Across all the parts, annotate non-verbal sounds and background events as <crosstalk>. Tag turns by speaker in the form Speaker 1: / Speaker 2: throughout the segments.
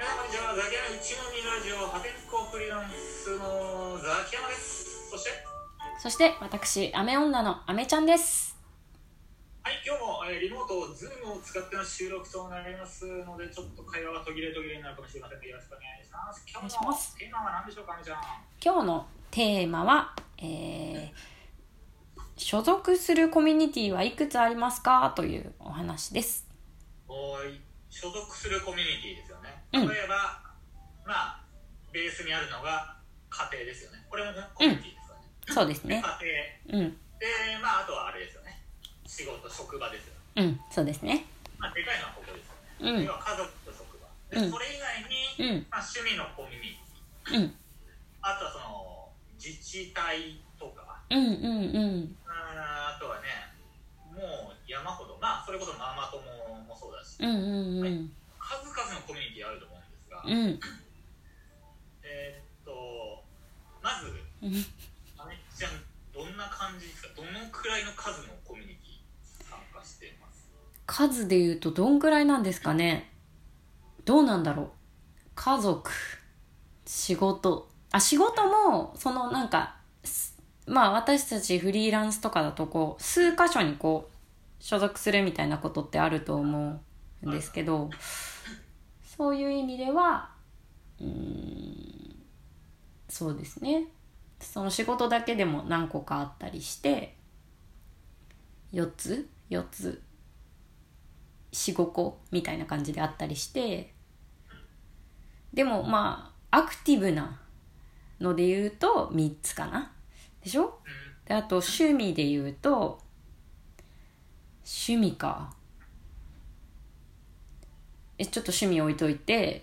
Speaker 1: ザキヤマ一の二ラジオ破天荒フリーランスのザキヤマですそして
Speaker 2: そして私、アメ女のアメちゃんです。
Speaker 1: はい今日も、えーリモートズームを使っての収録となりますのでちょっと会話が途切れ途切れになるかもしれませんがよろしくお願いします今日の
Speaker 2: お願いします
Speaker 1: テーマは何でしょうかあみちゃん
Speaker 2: 今日のテーマは、えー所属するコミュニティはいくつありますかというお話です。
Speaker 1: おーい所属するコミュニティですよね
Speaker 2: うん
Speaker 1: 例えば、まあベースにあるのが家庭ですよねこれもねコミュニティですよね、
Speaker 2: そうです
Speaker 1: で
Speaker 2: ね。
Speaker 1: 家庭
Speaker 2: うん。
Speaker 1: でまああとはあれですよね仕事職場ですよね
Speaker 2: うん。そうですね。
Speaker 1: まあでかいのはここですよね
Speaker 2: うん
Speaker 1: 要。は家族と職場で、
Speaker 2: うん
Speaker 1: それ以外に、
Speaker 2: うん。
Speaker 1: まあ、趣味のコミュニティ
Speaker 2: うん。
Speaker 1: あとはその自治体とか
Speaker 2: うん。うん。
Speaker 1: あーあとはねもう山ほどまあそれこそママ友もそうだし
Speaker 2: うん。うん。うん。
Speaker 1: 数々のコミュニティあると思うんですが、
Speaker 2: うん。
Speaker 1: えーっとまず
Speaker 2: うん。
Speaker 1: あめちゃんどんな感じですかどのくらいの数のコミュニティ参加してます
Speaker 2: 数で言うとどんぐらいなんですかねどうなんだろう家族仕事あ仕事もそのなんかすまあ私たちフリーランスとかだとこう数箇所にこう所属するみたいなことってあると思うんですけどそういう意味ではうーんそうですねその仕事だけでも何個かあったりして4つ4つ45個みたいな感じであったりしてでもまあアクティブなので言うと3つかなでしょ
Speaker 1: うん
Speaker 2: であと趣味で言うと趣味かえちょっと趣味置いといて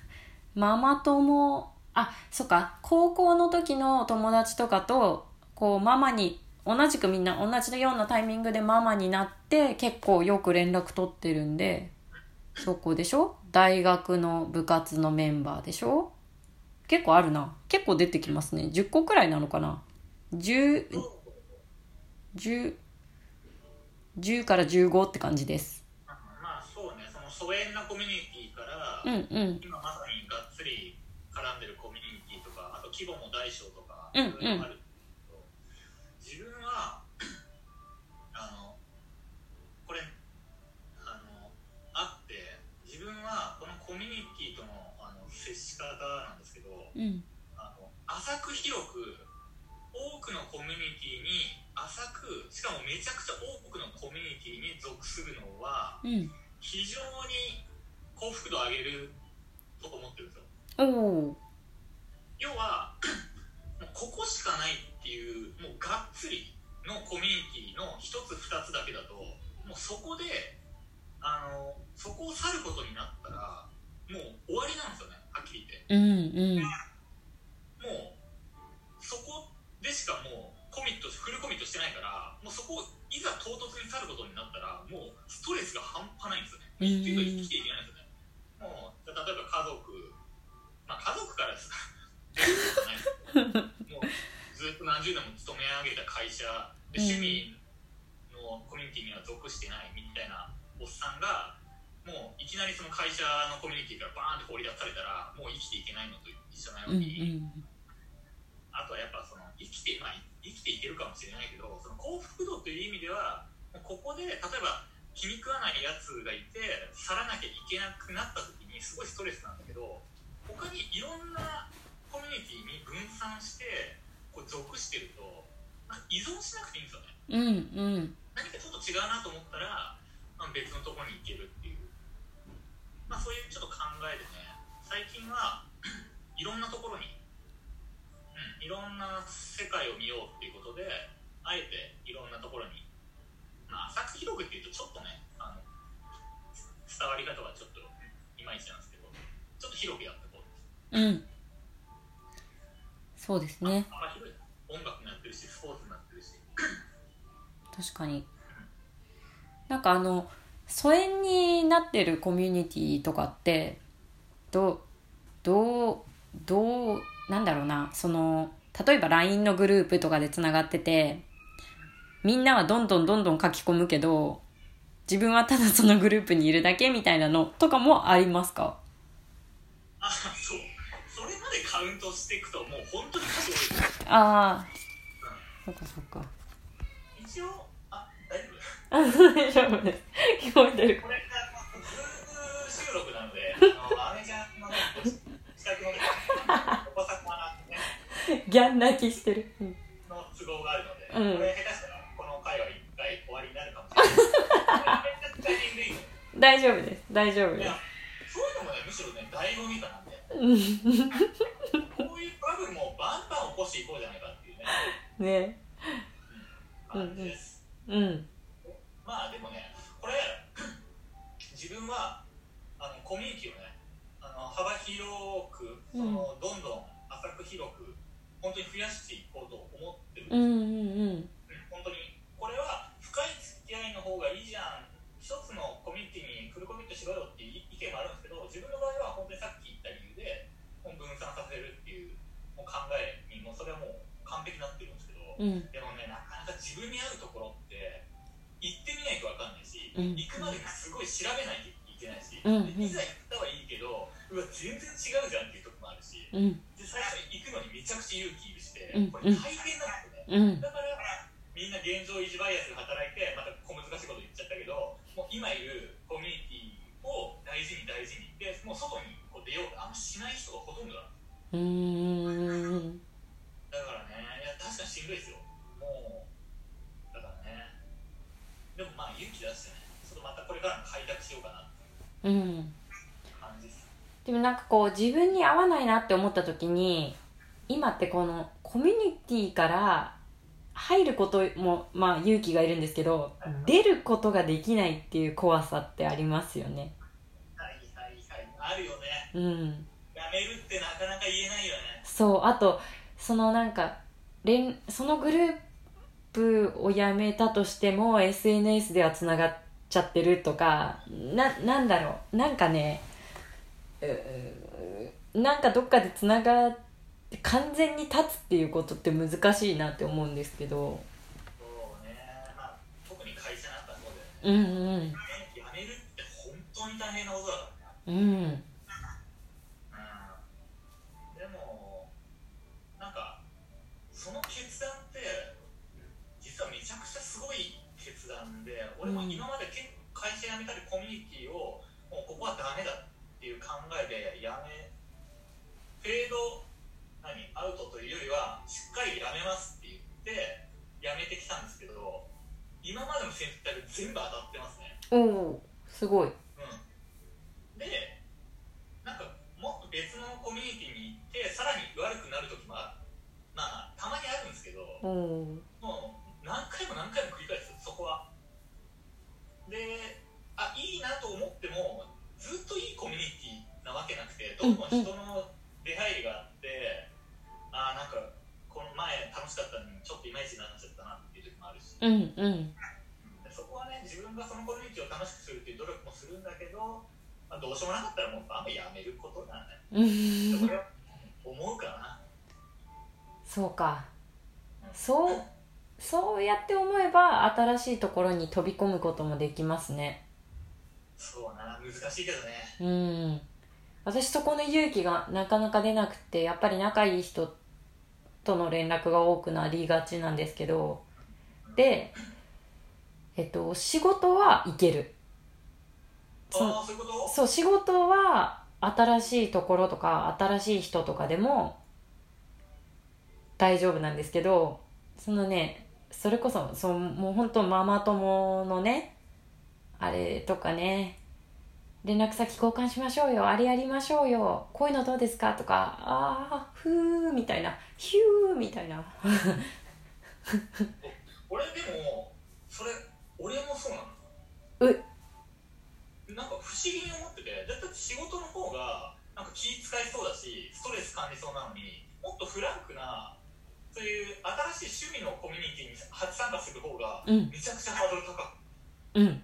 Speaker 2: <laughs> ママ友あそっか高校の時の友達とかとこうママに同じくみんな同じようなタイミングでママになって結構よく連絡取ってるんでそこでしょ大学の部活のメンバーでしょ結構あるな結構出てきますね10個くらいなのかな10
Speaker 1: どう
Speaker 2: 10 10から15って感じです
Speaker 1: まあそうねその疎遠なコミュニティから、
Speaker 2: うんうん
Speaker 1: 今まさにがっつり絡んでるコミュニティとかあと規模も大小とか
Speaker 2: うんうん
Speaker 1: そういうのがあるけど自分はあのこれあのあって自分はこのコミュニティとのあの接し方なんですけど
Speaker 2: うん
Speaker 1: あの浅く広く多くのコミュニティに浅くしかもめちゃくちゃ多くのコミュニティに属するのは
Speaker 2: うん
Speaker 1: 非常に幸福度を上げると思ってるんですよ
Speaker 2: おお
Speaker 1: 要はもうここしかないっていうもうがっつりのコミュニティの一つ二つだけだともうそこであのそこを去ることになったらもう終わりなんですよねはっきり言って
Speaker 2: うんうん
Speaker 1: もうそこでしかもうコミットフルコミットしてないからもうそこをいざ唐突に去ることになったらもうストレスが半端ないんですよね
Speaker 2: うん
Speaker 1: っていうか生きていけないんですよねもう例えば家族まあ家族からですもうずっと何十年も勤め上げた会社で趣味のコミュニティには属してないみたいなおっさんがもういきなりその会社のコミュニティからバーンって放り出されたらもう生きていけないのと一緒なよ
Speaker 2: うん
Speaker 1: う
Speaker 2: う
Speaker 1: に、
Speaker 2: ん
Speaker 1: あとはやっぱその生きて、まあ、生きていけるかもしれないけどその幸福度という意味ではもうここで例えば気に食わないやつがいて去らなきゃいけなくなった時にすごいストレスなんだけど他にいろんなコミュニティに分散してこう属してると、まあ、依存しなくていいんですよね
Speaker 2: うんうん
Speaker 1: 何かちょっと違うなと思ったら、まあ、別のところに行けるっていう、まあ、そういうちょっと考えでね最近は <clears throat> いろんなところに、うん、いろんな世界を見ようっていうことであえていろんなところに、まあ、浅く広くっていうとちょっとねあのつ伝わり方はちょっといまいちなんですけどちょっと広くやっていこう
Speaker 2: うんそうですね
Speaker 1: 幅広い音楽になってるしスポーツになってるし
Speaker 2: 確かになんかあの疎遠になってるコミュニティとかってどどうどうなんだろうなその例えば LINE のグループとかでつながっててみんなはどんどんどんどん書き込むけど自分はただそのグループにいるだけみたいなのとかもありますか
Speaker 1: ああそうそれまでカウントしていくともう本当に数多い
Speaker 2: ああそっかそっか
Speaker 1: 一応あ大丈夫
Speaker 2: 大丈夫です聞こえてる
Speaker 1: これがまあズーム収録なのであのアメちゃんのね自宅のねお子様がね
Speaker 2: ギャン泣きしてる、うん
Speaker 1: の都合があるので、
Speaker 2: うん
Speaker 1: これ下手したらこの回は一回終わりになるかもしれない。これ絶対にいいの
Speaker 2: 大丈夫です大丈夫
Speaker 1: い
Speaker 2: で
Speaker 1: や、そういうのもね、むしろね、醍醐味かなって。
Speaker 2: <laughs> すうん
Speaker 1: こういうトラブルもバンバン起こしていこうじゃないかっていうね、
Speaker 2: ね
Speaker 1: 感じです。
Speaker 2: うん
Speaker 1: まあでもね、これ、 <clears throat> 自分はあのコミュニティをね、あの幅広く、そのどんどん浅く広く、本当に増やしていこうと思ってるんです
Speaker 2: うんうん
Speaker 1: 本当にこれは深い付き合いの方がいいじゃん一つのコミュニティにフルコミットしろよっていう意見もあるんですけど自分の場合は本当にさっき言った理由でもう分散させるっていうもう考えにもうそれはもう完璧になってるんですけど
Speaker 2: うんうん
Speaker 1: でもねなかなか自分に合うところって行ってみないと分かんないし、
Speaker 2: うん
Speaker 1: 行くまでがすごい調べないといけないし、
Speaker 2: うん
Speaker 1: でいざ行ったはいいけどうわ全然違うじゃんっていうとこもあるし
Speaker 2: うん
Speaker 1: で最初行くのにめちゃくちゃ勇気いるして
Speaker 2: うん
Speaker 1: これ大変なんですよね
Speaker 2: うん
Speaker 1: だからみんな現状維持バイアスが働いてまた小難しいこと言っちゃったけどもう今いるコミュニティを大事に大事にでもう外にこう出ようとあんましない人がほとんどだ
Speaker 2: うーん
Speaker 1: だからねいや確かにしんどいですよもうだからねでもまあ勇気出してねちょっとまたこれからも開拓しようかなって
Speaker 2: うん
Speaker 1: 感じです
Speaker 2: でもなんかこう自分に合わないなって思った時に今ってこのコミュニティから入ることもまあ勇気がいるんですけど出ることができないっていう怖さってありますよね
Speaker 1: はいはいはいあるよね
Speaker 2: うん
Speaker 1: やめるってなかなか言えないよね
Speaker 2: そうあとそのなんか連そのグループを辞めたとしても SNS ではつながっちゃってるとかななんだろうなんかねうなんかどっかでつながって完全に立つっていうことって難しいなって思うんですけど
Speaker 1: そうねまあ特に会社なんかそうだよね
Speaker 2: うんうん
Speaker 1: やめるって本当に大変なことだからね
Speaker 2: うん
Speaker 1: うんでもなんかその決断って実はめちゃくちゃすごい決断で俺も今まで結構会社辞めたりコミュニティをもうここはダメだっていう考えで辞めフェード何アウトというよりはしっかり辞めますって言って辞めてきたんですけど今までの選択全部当たってますね
Speaker 2: おおすごい
Speaker 1: うんでなんかもっと別のコミュニティに行ってさらに悪くなる時もあまあたまにあるんですけど
Speaker 2: おお
Speaker 1: もう何回も何回も繰り返すそこはであいいなと思ってもずっといいコミュニティなわけなくてどんどん人の出入りがあって、あなんかこの前楽しかったのにちょっとイマイチになっちゃったなっていう時もあるし
Speaker 2: うんうん <laughs>
Speaker 1: でそこはね自分がそのコミュニティを楽しくするっていう努力もするんだけど、まあ、どうしようもなかったらもうあんまやめることなんだよ
Speaker 2: う
Speaker 1: ね
Speaker 2: ん
Speaker 1: 俺は思うかな
Speaker 2: そうかそうそうやって思えば新しいところに飛び込むこともできますね
Speaker 1: そうな難しいけどね
Speaker 2: うん私そこの勇気がなかなか出なくてやっぱり仲いい人との連絡が多くなりがちなんですけどでえっと仕事はいけるそう
Speaker 1: ああそういうこと
Speaker 2: そう仕事は新しいところとか新しい人とかでも大丈夫なんですけどそのねそれこそそうもう本当ママ友のねあれとかね連絡先交換しましょうよあれやりましょうよこういうのどうですかとかああふーみたいなヒューみたいな
Speaker 1: 俺でもそれ俺もそうなの
Speaker 2: え
Speaker 1: なんか不思議に思っててだって仕事の方がなんか気使いそうだしストレス感じそうなのにもっとフランクなそういう新しい趣味のコミュニティに初参加する方が
Speaker 2: うん
Speaker 1: めちゃくちゃハードル高く
Speaker 2: うん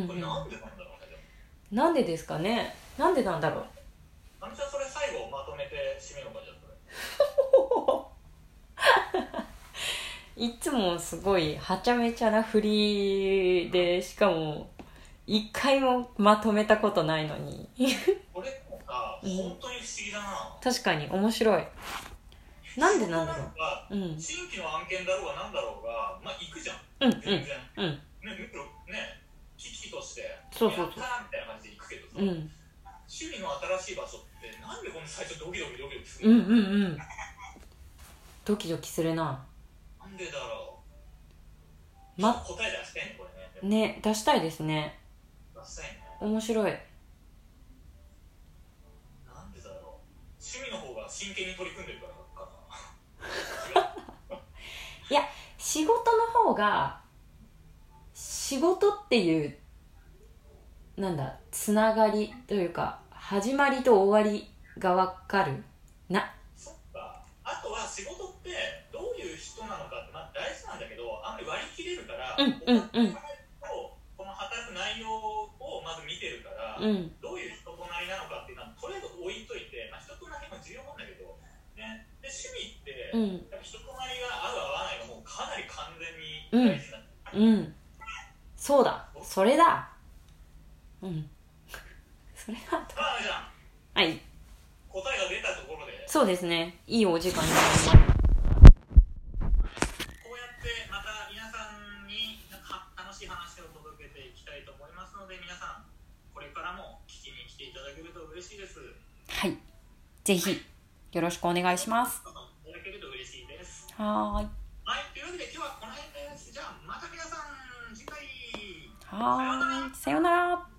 Speaker 2: うんう
Speaker 1: これ
Speaker 2: ん
Speaker 1: なんでなんだろうねでも
Speaker 2: なんでですかねなんでなんだろう
Speaker 1: あのちゃんそれ最後まとめて締めようかじゃあそれ
Speaker 2: いつもすごいはちゃめちゃな振りでしかも一回もまとめたことないのに
Speaker 1: これもさ本当に不思議だな。
Speaker 2: 確かに面白いなんでなんだろう
Speaker 1: う。
Speaker 2: うん
Speaker 1: 新規の案件だろうがなんだろうが、まあ行くじゃん。
Speaker 2: うんう
Speaker 1: 全
Speaker 2: ん
Speaker 1: 然。
Speaker 2: うん
Speaker 1: ね、むしろね、危機として、
Speaker 2: そうそうそう
Speaker 1: やったーみたいな感じで行くけどさ、
Speaker 2: うん
Speaker 1: 趣味の新しい場所って、なんでこんな最初ドキドキドキドキす
Speaker 2: うん
Speaker 1: る
Speaker 2: うんうんドキドキするな
Speaker 1: のなんでだろう。
Speaker 2: ま
Speaker 1: 答え出してね、これね。
Speaker 2: ね出したいですね
Speaker 1: 出したいね。
Speaker 2: 面白い
Speaker 1: なんでだろう。趣味の方が真剣に取り組んでるからかな。違う
Speaker 2: 仕事の方が仕事っていうなんだつながりというか始まりと終わりがわかるな
Speaker 1: そっか。あとは仕事ってどういう人なのかって、まあ、大事なんだけど、あんまり割り切れるから、
Speaker 2: うんうんうん
Speaker 1: こうこの働く内容をまず見てるから、
Speaker 2: うん
Speaker 1: どういう人となりなのかっていうのはとりあえず置いといて、まあ、人となりも重要なんだけど、ね、で趣味って、
Speaker 2: うん
Speaker 1: やっぱ人となりが合う合わないがもうかなり完全に大事な、
Speaker 2: うんそうだそれだうん <laughs> それだと
Speaker 1: まあじゃあ
Speaker 2: はい
Speaker 1: 答えが出たところで
Speaker 2: そうですねいいお時間になります
Speaker 1: こうやってまた皆さんになんか楽しい話を届けていきたいと思いますので皆さんこれからも聞きに来ていただけると嬉しいです
Speaker 2: はいぜひよろしくお願いします
Speaker 1: いただけると嬉しいです
Speaker 2: はーい
Speaker 1: はい、というわけで今日はこの辺です。じゃあまた皆さん次回
Speaker 2: はーいさようなら